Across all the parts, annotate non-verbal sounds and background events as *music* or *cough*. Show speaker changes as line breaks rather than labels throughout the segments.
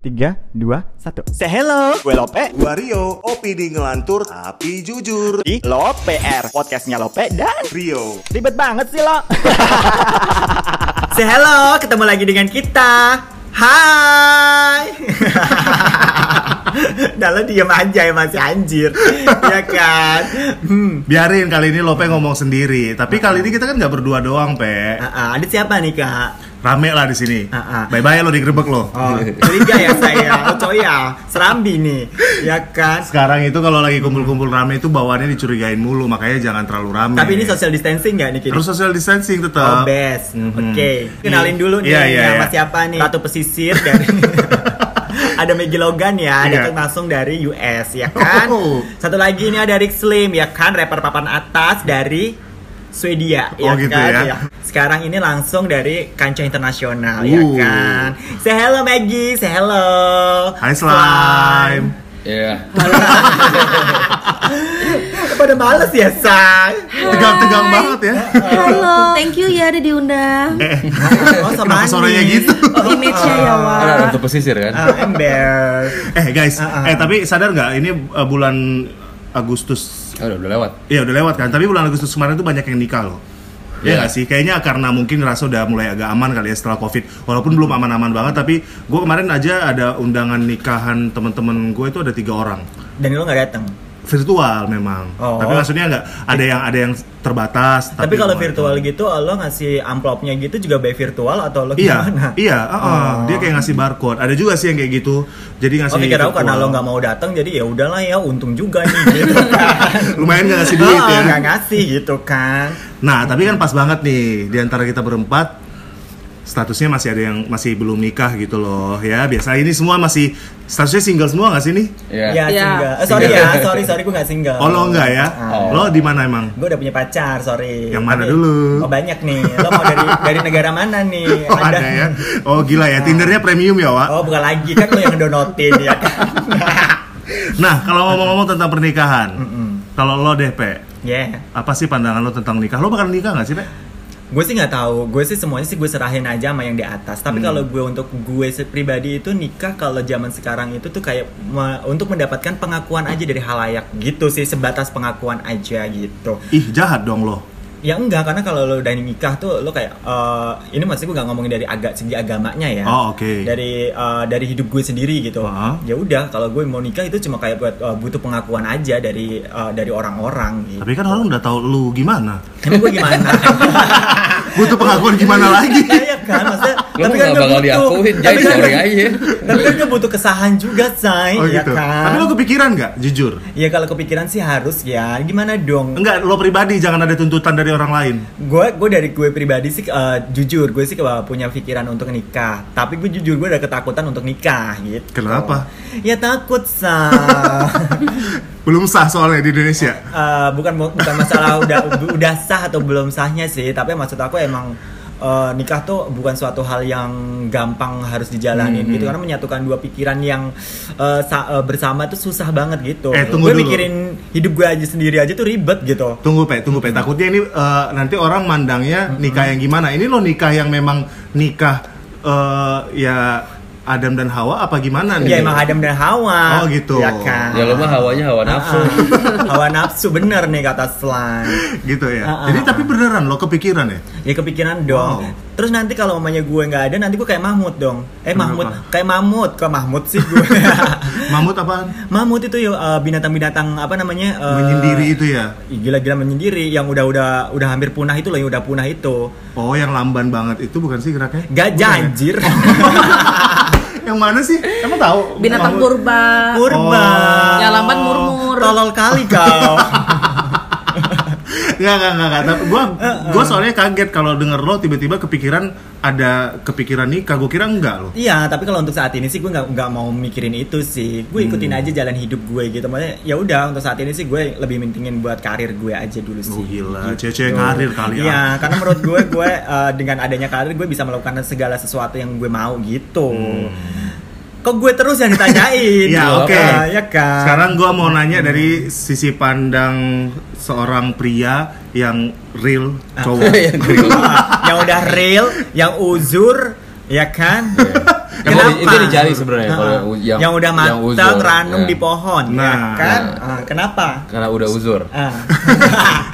Tiga, dua, satu.
Say hello, gue Lope
Wario, opini ngelantur tapi jujur.
di LoPR, podcastnya Lope dan
Rio,
Ribet banget sih lo.
*laughs* Say hello, ketemu lagi dengan kita Hai *laughs* Dah lo diem aja ya masih anjir Ya kan hmm.
biarin kali ini Lope ngomong sendiri. Tapi kali ini kita kan nggak berdua doang, Pe.
Ah, ah, Ada siapa nih kak?
Rame lah di sini.
Ah, ah.
Bye-bye lo digerebek lo.
Oh, curiga ya saya, oh coya, serambi nih, ya kan?
*laughs* Sekarang itu kalau lagi kumpul-kumpul rame itu bawaannya dicurigain mulu, makanya jangan terlalu rame.
Tapi ini social distancing nggak nih? Kini?
harus social distancing
Oh,
tetap.
best.
Mhm.
Oke, kenalin dulu nih
Iya, iya,
sama
iya. kan?
siapa nih? Ratu pesisir dari *laughs* ada Maggie Logan ya,
Iya.
datang langsung dari US ya kan.
Oh.
Satu lagi ini ada Rick Slim ya kan, rapper papan atas dari Swedia ya
Oh, gitu
kan.
ya.
Sekarang ini langsung dari kancah internasional ya
Uh.
kan. Say hello Maggie, say hello.
Hai slime.
Iya.
Pada males ya, Sang.
Tegang-tegang banget
*laughs*
ya.
Halo, thank you ya ada diundang.
Eh,
Oh,
*laughs* Kenapa
Ani.
suaranya gitu?
Oh,
Image-nya ya, Wak.
Karena ada pesisir kan.
Ah, ember.
eh guys,
Ah, ah.
eh tapi sadar nggak ini eh, bulan Agustus
Oh, udah, udah lewat.
Ya udah lewat kan, tapi bulan Agustus kemarin tuh banyak yang nikah loh. Ya
Iya.
nggak sih, kayaknya karena mungkin rasa udah mulai agak aman kali ya setelah covid Walaupun belum aman-aman banget, tapi gue kemarin aja ada undangan nikahan temen-temen gue itu ada tiga orang
Dan lo nggak datang.
Virtual memang,
Oh.
tapi maksudnya nggak ada yang ada yang terbatas
Tapi, kalau
lumayan.
virtual gitu, lo ngasih amplopnya gitu juga by virtual atau lo
Iya,
gimana?
iya, uh-uh. dia kayak ngasih barcode Ada juga sih yang kayak gitu, jadi
Oh
ngasih
pikir aku karena
virtual.
lo nggak mau datang, jadi ya udahlah ya, untung juga
*laughs*
nih gitu kan.
Lumayan nggak ngasih duit
*laughs* Oh,
ya
nggak ngasih gitu kan.
Nah, tapi kan pas banget nih di antara kita berempat statusnya masih ada yang masih belum nikah gitu loh ya. Biasa ini semua masih statusnya single semua nggak sih nih?
Iya.
Ya,
Iya.
single. Eh, sorry ya, sorry sorry gue nggak single.
Oh lo enggak ya?
Ah.
Lo di mana emang? *laughs*
Gue udah punya pacar, sorry.
Yang mana
Tapi-
dulu?
Oh banyak nih. Lo mau dari dari negara mana nih?
Oh, ada ya? Oh gila ya, Tindernya premium ya, Wak.
Oh bukan lagi kan lo yang donotin ya kan. *laughs*
Nah, kalau ngomong-ngomong tentang pernikahan,
Hmm,
kalau lo deh, Pe,
Yeah.
apa sih pandangan lo tentang nikah? Lo bakal nikah nggak sih, Pe?
gue sih nggak tahu gue sih semuanya sih gue serahin aja sama yang di atas tapi
Hmm.
kalau gue untuk gue se- pribadi itu nikah kalau zaman sekarang itu tuh kayak me- untuk mendapatkan pengakuan aja dari halayak gitu sih sebatas pengakuan aja gitu
Ih, jahat dong lo.
ya enggak karena kalau lo udah nikah tuh lo kayak eh, ini maksud gue nggak ngomongin dari agak segi agamanya ya
Oh, oke.
dari eh, dari hidup gue sendiri gitu
Ah.
ya udah kalau gue mau nikah itu cuma kayak buat eh, butuh pengakuan aja dari eh, dari orang-orang gitu.
Tapi kan orang udah tahu lu gimana.
emang gue
*laughs*
gimana
Butuh pengakuan gimana lagi?
*laughs* Iya kan, maksudnya
Lu
tapi kan
*laughs*
gak
nggak bakal
butuh.
diakuin, jadi
Tapi kan
sorry
gak-
aja.
Tapi kan gak butuh kesahan juga, say,
Oh
ya
gitu.
kan?
Tapi lo kepikiran nggak, jujur?
Ya kalau kepikiran sih harus ya. Gimana dong?
Enggak, lo pribadi jangan ada tuntutan dari orang lain.
Gue gue dari gue pribadi sih eh, jujur gue sih eh, punya pikiran untuk nikah. Tapi gue jujur gue ada ketakutan untuk nikah gitu.
Kenapa?
Ya takut sa.
*laughs* Belum sah soalnya di Indonesia.
Eh, bukan bukan masalah udah udah sah atau belum sahnya sih. Tapi maksud aku emang eh, nikah tuh bukan suatu hal yang gampang harus dijalanin
Hmm,
gitu karena menyatukan dua pikiran yang eh, sa- eh, bersama tuh susah banget gitu.
Eh,
gue
tunggu dulu.
mikirin hidup gue aja sendiri aja tuh ribet gitu.
Tunggu pe, tunggu pe. Takutnya ini eh, nanti orang mandangnya nikah yang gimana? Ini lo nikah yang memang nikah eh, ya Adam dan Hawa apa gimana nih?
Ya emang Adam dan Hawa.
Iya. Oh, gitu.
Ya kan.
Ya lu mah hawanya hawa nafsu.
Ah, hawa nafsu bener nih kata Slan.
Gitu ya.
Ah, ah, ah.
Jadi tapi beneran lo kepikiran ya?
Ya kepikiran dong.
Wow.
Terus nanti kalau mamanya gue nggak ada, nanti gue kayak Mahmud dong. Eh
Kenapa?
Mahmud, kayak Mahmud, kok Mahmud sih gue. *laughs*
Mamut apaan?
Mahmud itu ya eh, binatang-binatang apa namanya? eh,
Menyendiri itu ya.
ih, Gila-gila menyendiri yang udah-udah udah hampir punah itu loh, yang udah punah itu.
Oh, yang lamban banget itu bukan sih geraknya?
Gajah
*laughs*
anjir.
Yang mana sih? Emang tahu?
Binatang
Mamut?
purba.
Purba.
Oh.
Yang Ya, lambat murmur.
Tolol kali
*laughs*
kau.
Nggak, nggak, nggak, nggak. Tapi Gua, gua soalnya kaget kalau denger lo tiba-tiba kepikiran ada kepikiran nikah. Gua kira enggak lo.
Iya, tapi kalau untuk saat ini sih gue nggak nggak mau mikirin itu sih. Gue ikutin
Hmm.
aja jalan hidup gue gitu. Maksudnya ya udah untuk saat ini sih gue lebih mentingin buat karir gue aja dulu sih. Gitu.
Oh, gila. Cewek-cewek karir kali ya.
Iya, karena menurut gue gue eh, dengan adanya karir gue bisa melakukan segala sesuatu yang gue mau gitu. Kok gue terus yang
*laughs*
ditanyain?
Iya, Hmm.
Ah,
oke.
ya kan.
Sekarang gua mau nanya dari sisi pandang seorang pria yang real *laughs* cowok.
Gitu. *laughs*
Yang gurih.
*laughs* Ah, yang udah real, yang uzur, ya kan?
Emang
Kenapa?
di- itu dicari sebenarnya
Nah,
kalau
yang,
yang-
udah
yang
matang
uzur,
ranum
ya.
di pohon, ya
Nah.
kan? Ah, kenapa?
Karena udah uzur.
Ah.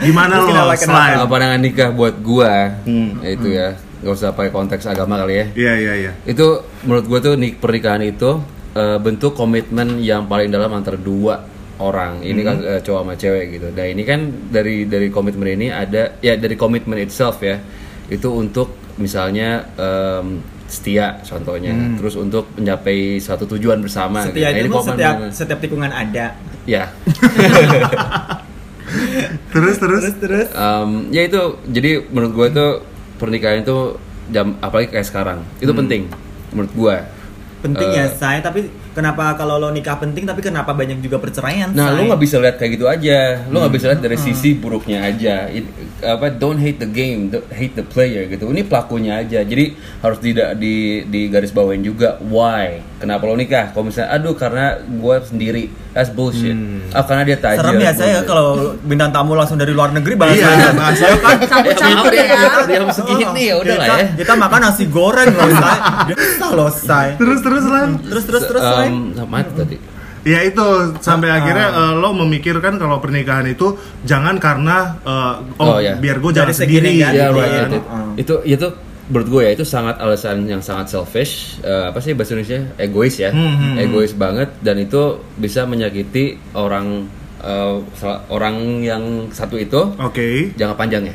Gimana
*laughs* Terus
lo,
kenapa, kenapa?
slime?
Kalau pandangan nikah buat gua,
Hmm.
ya itu ya, gak usah pakai konteks agama kali ya.
Iya iya iya.
Itu menurut gua tuh nik pernikahan itu eh, bentuk komitmen yang paling dalam antara dua orang. Ini kan eh, cowok sama cewek gitu. Nah ini kan dari dari komitmen ini ada ya dari komitmen itself ya. Itu untuk misalnya em, setia contohnya. Terus untuk mencapai satu tujuan bersama.
Setia
gitu. Nah,
itu
ini
tuh
komitmen-
setiap setiap tikungan ada.
Ya.
Terus terus.
Terus terus.
Em, ya itu jadi menurut gue itu pernikahan itu jam apalagi kayak sekarang itu penting menurut gue
Penting
Eh.
ya saya, tapi kenapa kalau lo nikah penting tapi kenapa banyak juga perceraian?
nah
Shay?
lo nggak bisa lihat kayak gitu aja lo nggak bisa lihat dari sisi buruknya aja It- apa don't hate the game don't hate the player gitu ini pelakunya aja jadi harus tidak di di garis bawain juga why kenapa lo nikah kalau misalnya aduh karena gue sendiri that's bullshit ah karena dia tajam
Serem ya saya
bullshit.
kalau bintang tamu langsung dari luar negeri bahas
Iya,
*laughs*
bahasa lo kan.
*laughs*
Campur-campur
Ya,
ya.
udah, Jam segini ya udah lah
kita,
ya
Kita makan nasi goreng loh, Shay. Bisa loh, Shay.
*laughs* Terus terus slime.
Terus terus terus, Shay.
Em, mana Um, tadi
Ya itu sampai akhirnya eh, lo memikirkan kalau pernikahan itu jangan karena eh, oh,
Oh, iya.
biar gue
Dari
jalan
segi
sendiri.
negatif,
Iya,
gitu
right,
kan.
right, right. Itu itu menurut gue ya itu sangat alasan yang sangat selfish eh, apa sih bahasa Indonesia egois ya
Hmm,
egois banget dan itu bisa menyakiti orang eh, sel- orang yang satu itu
Oke.
jangka panjangnya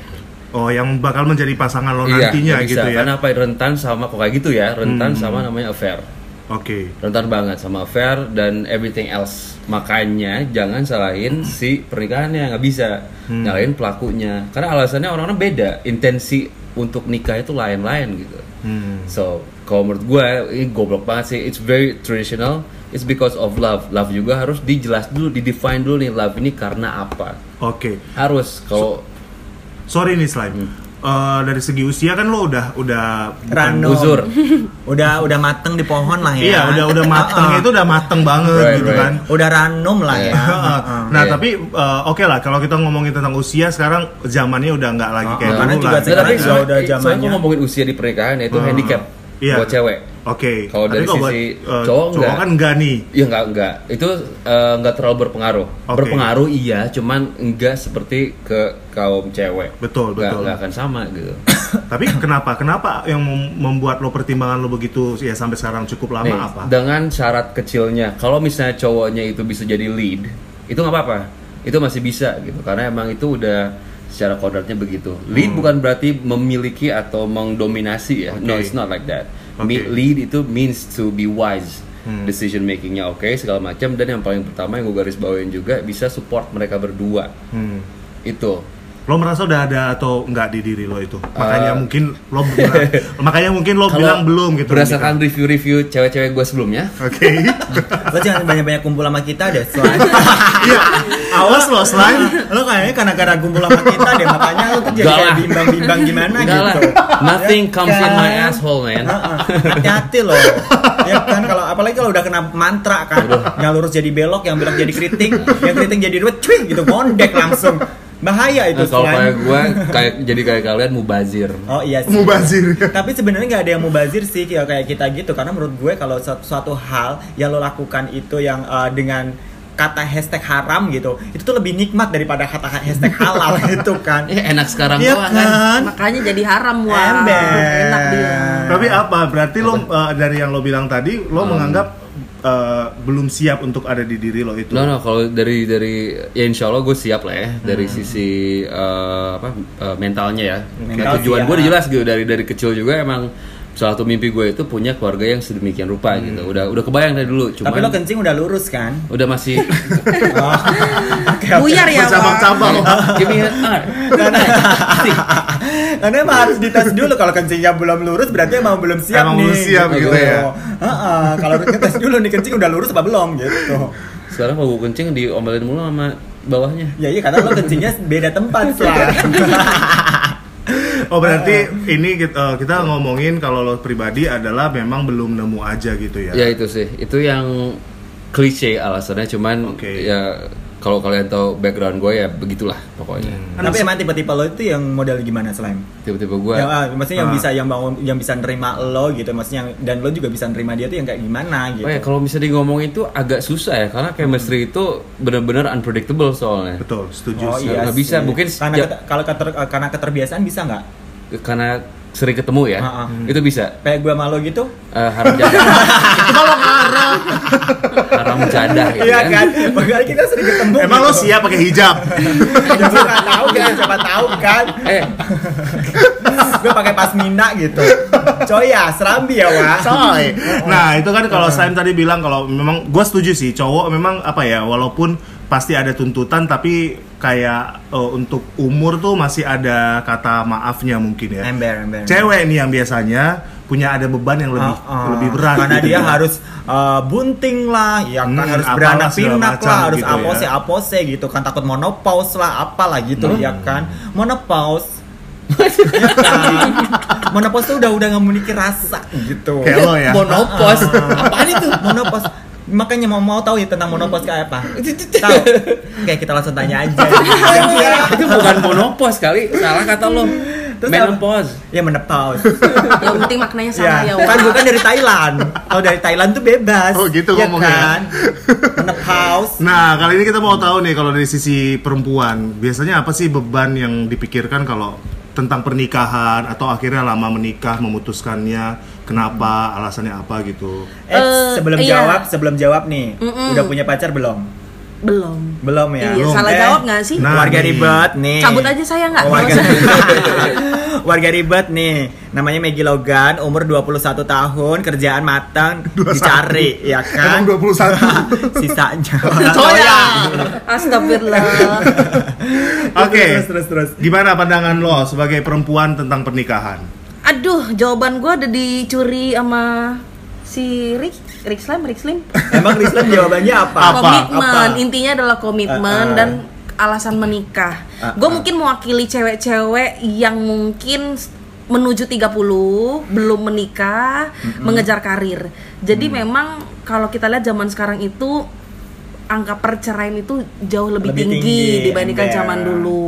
Oh, yang bakal menjadi pasangan lo nantinya
nggak Iya, bisa.
gitu ya. Hmm.
karena apa rentan sama kok kayak gitu ya rentan sama namanya affair
Oke.
rentan banget sama affair dan everything else makanya jangan salahin si pernikahannya nggak bisa
Hmm.
nyalahin pelakunya karena alasannya orang-orang beda intensi untuk nikah itu lain-lain gitu
Hmm.
So, kalau menurut gue ini goblok banget sih. It's very traditional. It's because of love. Love juga harus dijelas dulu, didefine dulu nih love ini karena apa.
Oke.
Harus kalau
Sorry nih slime.
Hmm.
Eh, dari segi usia kan lo udah udah bukan
Rano.
uzur.
udah udah mateng di pohon lah ya.
Iya, udah udah
*laughs*
mateng
Heeh.
itu udah mateng banget
Right,
gitu
right.
kan.
Udah ranum lah ya.
Heeh. nah,
Iya.
tapi eh, oke lah kalau kita ngomongin tentang usia sekarang zamannya udah nggak lagi kayak
karena
dulu kan.
juga
lah.
Nah, tapi
Sekarang juga
soalnya,
udah zamannya.
soalnya kalau ngomongin usia di pernikahan itu handicap
Iya.
buat cewek.
Oke.
Kalau
Tapi
dari
buat,
sisi
eh,
cowok enggak.
kan enggak nih.
Iya nggak nggak itu eh, nggak terlalu berpengaruh.
Oke.
Berpengaruh iya, cuman enggak seperti ke kaum cewek.
Betul,
Nggak-
betul.
nggak akan sama gitu.
tapi kenapa? Kenapa yang mem- membuat lo pertimbangan lo begitu ya sampai sekarang cukup lama
Nih,
apa?
Dengan syarat kecilnya, kalau misalnya cowoknya itu bisa jadi lead, itu nggak apa-apa, itu masih bisa gitu, karena emang itu udah secara kodratnya begitu. Lead
Hmm.
bukan berarti memiliki atau mendominasi ya, no
Oke.
it's not like that.
Oke. Hmm.
Me- Lead itu means to be wise, decision makingnya oke segala macam dan yang paling pertama yang gue garis bawain juga bisa support mereka berdua
Hmm.
itu.
Lo merasa udah ada atau enggak di diri lo itu? Makanya mungkin lo bilang- makanya mungkin lo
Kalau
bilang belum gitu.
Berdasarkan review-review cewek-cewek gue sebelumnya,
Gitu. Oke.
Lo jangan banyak-banyak kumpul sama kita deh, Shay.
Iya. Awas lo slime.
*laughs* lo kayaknya karena-karena kumpul sama kita deh, makanya lo tuh jadi
Enggak
kayak
lah.
bimbang-bimbang gimana
enggak lah,
gitu.
Nah, nothing comes in my
kan?
asshole man.
Heeh. Hati-hati loh. Ya kan kalau apalagi kalau udah kena mantra kan, yang lurus jadi belok, yang belok jadi keriting, yang keriting jadi duit, cuy gitu gondek langsung. Bahaya itu
Nah, kalau
Shay.
kayak gue kayak jadi kayak kalian mubazir
Oh iya sih.
Mubazir.
Tapi sebenarnya nggak ada yang mubazir sih kayak kayak kita gitu karena menurut gue kalau suatu, suatu hal yang lo lakukan itu yang eh, dengan kata hashtag haram gitu itu tuh lebih nikmat daripada kata hashtag halal *laughs* itu kan.
Eh, enak sekarang
Iya
doang kan
kan?
Makanya jadi haram wah.
Ember.
Enak dia.
Tapi apa? Berarti lo eh, dari yang lo bilang tadi lo menganggap eh, belum siap untuk ada di diri lo itu.
no no kalau dari dari ya insya Allah gue siap lah ya
Hmm.
dari sisi eh, apa eh, mentalnya ya
Mental ya.
Nah, tujuan
siap.
gue jelas gitu dari dari kecil juga emang salah satu mimpi gue itu punya keluarga yang sedemikian rupa gitu udah udah kebayang dari dulu cuman
Hmm. Tapi lo kencing udah lurus kan?
*laughs* udah
*laughs*
masih
Oke, oke.
Buyar ya, Wak.
Bercabang-cabang.
give me an R.
Karena, *laughs* karena emang harus dites dulu kalau kencingnya belum lurus berarti emang belum siap
Emang
nih.
belum siap gitu ya.
Heeh, kalau dites dulu nih kencing udah lurus apa belum gitu.
sekarang kalau gue kencing diomelin mulu sama bawahnya
Ya iya karena lo kencingnya beda tempat
Iya.
sih.
Oh berarti ini kita, eh, kita ngomongin kalau lo pribadi adalah memang belum nemu aja gitu ya.
Ya itu sih, itu yang klise alasannya cuman
Oke.
ya kalau kalian tahu background gue ya begitulah pokoknya.
Tapi emang tipe-tipe lo itu yang model gimana selain?
Tiba-tiba gue
Yang, ah, maksudnya yang
Ah.
bisa yang bangun yang bisa nerima lo gitu maksudnya yang- dan lo juga bisa nerima dia tuh yang kayak gimana gitu. Hmm.
Oh ya kalau misalnya ngomong itu agak susah ya karena chemistry itu benar-benar unpredictable soalnya.
Betul, setuju.
Oh
sih.
iya.
Nggak bisa,
sih.
mungkin
karena
setiap-
keter- kalau keter- karena keterbiasaan bisa nggak?
Karena sering ketemu ya.
Ah, ah.
Itu bisa.
Kayak gue malu gitu?
Eh, haram jadah. haram. jadah gitu
Iya
kan.
kan. Makanya kita sering ketemu.
Emang lo
gitu.
siap pakai hijab?
Ya, gua nggak tahu kan, siapa tahu kan.
Eh,
gue pakai pasmina gitu. Coy ya, serambi ya wah.
Coy. Nah, itu kan kalau Saim tadi bilang kalau memang gue setuju sih, cowok memang apa ya, walaupun pasti ada tuntutan tapi kayak eh, untuk umur tuh masih ada kata maafnya mungkin ya.
Ember, ember.
Cewek nih yang biasanya punya ada beban yang lebih
Ah, ah.
lebih berat
karena
gitu
dia
ya.
harus eh, bunting lah ya kan
Hmm,
harus
apalah
beranak
segala
pinak
macam
lah harus
gitu ya.
apose apose gitu kan takut menopause lah apalah gitu
Hmm.
ya kan *laughs* menopause ya kan? menopause tuh udah udah nggak memiliki rasa gitu
kayak lo ya.
monopos.
ah,
Ah.
apaan itu monopause makanya mau mau tahu ya tentang monopause kayak apa tahu kayak kita langsung tanya
*laughs*
aja
itu bukan monopos kali. Salah kata lo.
ya. Terus
Menopause.
ya menopause
Yang penting maknanya sama
ya,
ya, Wak.
kan bukan dari Thailand. Kalau dari Thailand tuh bebas.
Oh, gitu
ya
ngomongnya.
kan? Menep house.
Nah, kali ini kita mau tahu nih kalau dari sisi perempuan, biasanya apa sih beban yang dipikirkan kalau tentang pernikahan atau akhirnya lama menikah memutuskannya kenapa alasannya apa gitu.
Eh,
Eh,
sebelum
iya.
jawab, sebelum jawab nih.
Mm-mm.
Udah punya pacar belum?
Belum.
Belum ya.
Iya,
Belum.
salah
Eh,
jawab nggak sih?
Nah.
warga
nih.
ribet nih.
Cabut aja saya nggak?
Oh, warga,
Nggak usah.
*laughs* warga ribet nih. Namanya Maggie Logan, umur 21 tahun, kerjaan matang, dicari ya kan?
Emang *laughs* 21.
*laughs* Sisanya.
Coya. Astagfirullah.
Oke.
Terus, terus, terus.
Gimana pandangan lo sebagai perempuan tentang pernikahan?
Aduh, jawaban gua ada dicuri sama si Rick, Rick Slam, Rick Slim.
Emang Rislam jawabannya apa?
Apa?
komitmen
Apa?
intinya adalah komitmen
Eh, eh.
dan alasan menikah
Eh,
gue
eh.
mungkin mewakili cewek-cewek yang mungkin s- menuju 30 belum menikah mengejar karir jadi memang kalau kita lihat zaman sekarang itu angka perceraian itu jauh lebih,
Lebih
tinggi,
tinggi,
dibandingkan
ember.
zaman dulu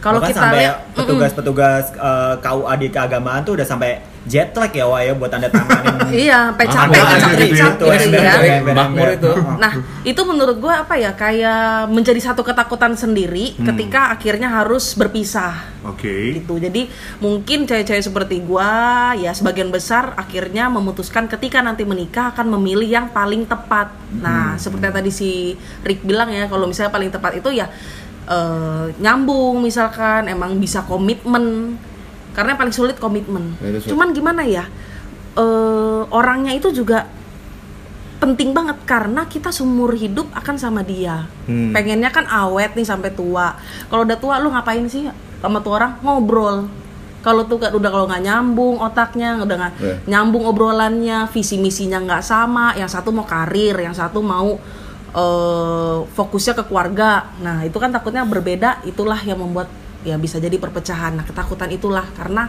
kalau
Bahkan
kita
sampai
lihat mm-mm.
petugas-petugas eh, KUA di keagamaan tuh udah sampai jet lag ya wah ya buat tanda tanganin
*laughs* Iya, sampai
Ah,
capek,
makanya
capek,
gitu
ya.
capek gitu
Iya,
ya.
iya. Makmur itu.
Nah, itu menurut gue apa ya? Kayak menjadi satu ketakutan sendiri
Hmm.
ketika akhirnya harus berpisah
Oke.
gitu. Jadi mungkin cewek-cewek seperti gua ya sebagian besar akhirnya memutuskan ketika nanti menikah akan memilih yang paling tepat.
Hmm.
Nah, seperti yang tadi si Rick bilang ya, kalau misalnya paling tepat itu ya eh, nyambung misalkan emang bisa komitmen. Karena yang paling sulit komitmen.
Ya, itu sulit.
Cuman gimana ya? eh, orangnya itu juga penting banget karena kita seumur hidup akan sama dia. Pengennya kan awet nih sampai tua. Kalau udah tua lu ngapain sih sama tuh orang ngobrol? Kalau tuh kan udah kalau nggak nyambung otaknya, udah nggak
Iya.
nyambung obrolannya, visi misinya nggak sama. Yang satu mau karir, yang satu mau eh, fokusnya ke keluarga. Nah itu kan takutnya berbeda. Itulah yang membuat ya bisa jadi perpecahan. Nah ketakutan itulah karena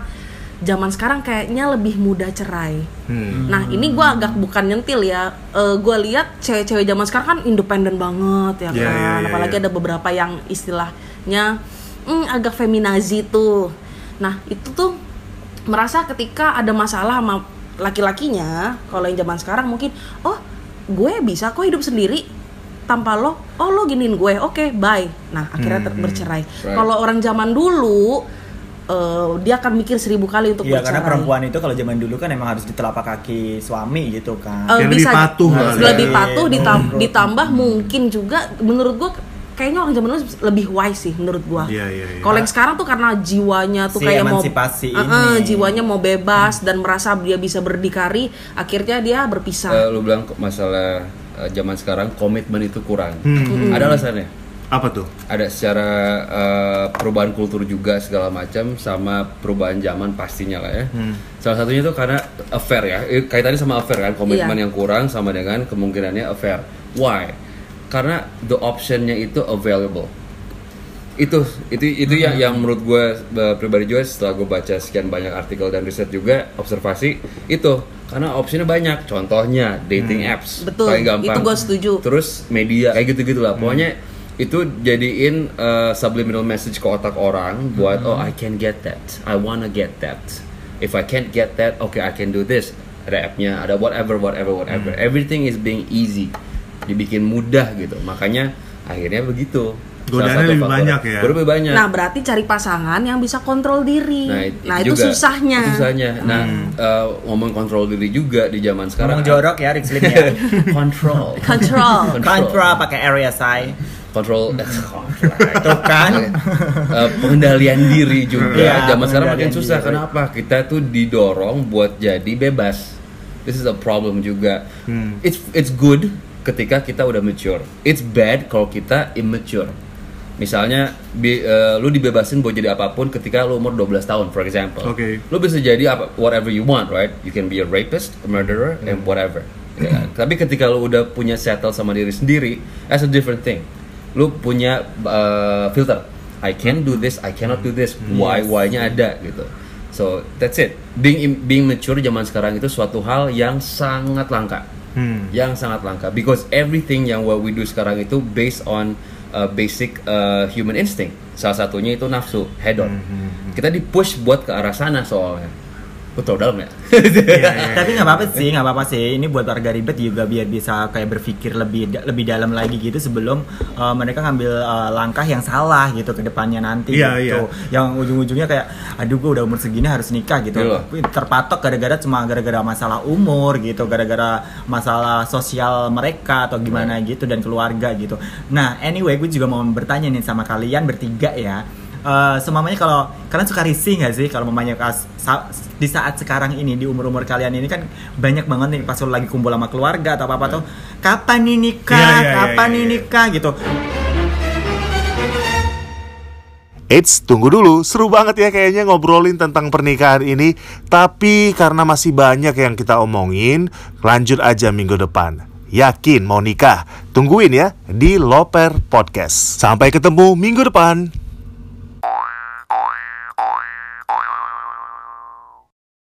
zaman sekarang kayaknya lebih mudah cerai.
Hmm.
Nah ini gua agak bukan nyentil ya, Eh gue lihat cewek-cewek zaman sekarang kan independen banget ya
Iya,
kan,
iya, iya,
apalagi
iya.
ada beberapa yang istilahnya hmm, agak feminazi tuh. Nah itu tuh merasa ketika ada masalah sama laki-lakinya, kalau yang zaman sekarang mungkin, oh gue bisa kok hidup sendiri tanpa lo, oh lo giniin gue, oke bye. Nah akhirnya
Hmm,
ter- bercerai.
Right.
Kalau orang zaman dulu eh, dia akan mikir seribu kali untuk
Iya
bercerai.
karena perempuan itu kalau zaman dulu kan emang harus di telapak kaki suami gitu kan.
Eh,
Yang lebih patuh ya. lah.
lebih
Iya.
patuh ditam-
Menurut-
ditambah, mungkin juga menurut gua kayaknya orang zaman dulu lebih wise sih menurut gua
Iya, iya, iya.
kalau yang sekarang tuh karena jiwanya tuh
Si
kayak mau
emansipasi
Eh, eh,
ini.
jiwanya mau bebas dan merasa dia bisa berdikari akhirnya dia berpisah
Eh, lu bilang kok masalah eh, zaman sekarang komitmen itu kurang. Ada alasannya.
Apa
*laughs*
tuh?
Ada secara eh, perubahan kultur juga segala macam sama perubahan zaman pastinya lah ya. Salah satunya itu karena affair ya. Eh, Kaitannya sama affair kan, komitmen
Iya.
yang kurang sama dengan kemungkinannya affair. Why? Karena the optionnya itu available. Itu itu itu yang yang menurut gue pribadi juga setelah gue baca sekian banyak artikel dan riset juga observasi itu karena optionnya banyak. Contohnya dating apps
Betul,
paling gampang.
itu gua setuju.
Hmm.
Terus media kayak gitu-gitu lah. Pokoknya itu jadiin uh, subliminal message ke otak orang buat
Hmm.
oh I can get that, I wanna get that. If I can't get that, okay I can do this. Ada app-nya, ada whatever, whatever, whatever.
Hmm.
Everything is being easy, dibikin mudah gitu. Makanya akhirnya begitu. Salah
Godaannya
satu
lebih
faktor.
banyak ya?
Godaannya Lebih banyak.
Nah, berarti cari pasangan yang bisa kontrol diri. Nah,
iya. it-
itu, susahnya.
itu susahnya. Nah,
Hmm.
eh, ngomong kontrol diri juga di zaman sekarang.
Ngomong jorok ya, Rick Slim ya.
*laughs* Kontrol.
Control.
Contra pakai area say.
Kontrol.
Hmm. Tuh *laughs* kan?
Eh, pengendalian diri juga.
Iya,
zaman sekarang
pengendalian
makin susah.
diri.
Kenapa? Kita tuh didorong buat jadi bebas. This is a problem juga.
Hmm.
It's it's good ketika kita udah mature. It's bad kalau kita immature. Misalnya bi- eh, lu dibebasin buat jadi apapun ketika lu umur 12 tahun, for example.
Oke.
Lu bisa jadi apa whatever you want, right? You can be a rapist, a murderer, and whatever. Ya kan? Tapi ketika lu udah punya settle sama diri sendiri, that's a different thing. Lu punya uh, filter. I can do this, I cannot do this. Why why-nya ada gitu. So, that's it. Being being mature zaman sekarang itu suatu hal yang sangat langka
Hmm.
yang sangat langka because everything yang what we do sekarang itu based on uh, basic uh, human instinct salah satunya itu nafsu head on kita di push buat ke arah sana soalnya Gua terlalu dalam ya *laughs*
Iya,
Tapi nggak apa-apa sih, nggak apa-apa sih. Ini buat warga ribet juga biar bisa kayak berpikir lebih da- lebih dalam lagi gitu sebelum uh, mereka ngambil uh, langkah yang salah gitu ke depannya nanti
Iya,
gitu. Yang ujung-ujungnya kayak aduh gue udah umur segini harus nikah gitu.
Iya loh.
Terpatok gara-gara cuma gara-gara masalah umur gitu, gara-gara masalah sosial mereka atau gimana gitu dan keluarga gitu. Nah, anyway gue juga mau bertanya nih sama kalian bertiga ya. Eh, semamanya kalau kalian suka risih nggak sih kalau mamanya kas- sa- di saat sekarang ini di umur umur kalian ini kan banyak banget nih pas lu lagi kumpul sama keluarga atau apa apa tuh kapan nih nikah
Iya, iya, iya,
kapan
iya,
nih
iya.
nikah gitu
Eits, tunggu dulu. Seru banget ya kayaknya ngobrolin tentang pernikahan ini. Tapi karena masih banyak yang kita omongin, lanjut aja minggu depan. Yakin mau nikah? Tungguin ya di Loper Podcast. Sampai ketemu minggu depan.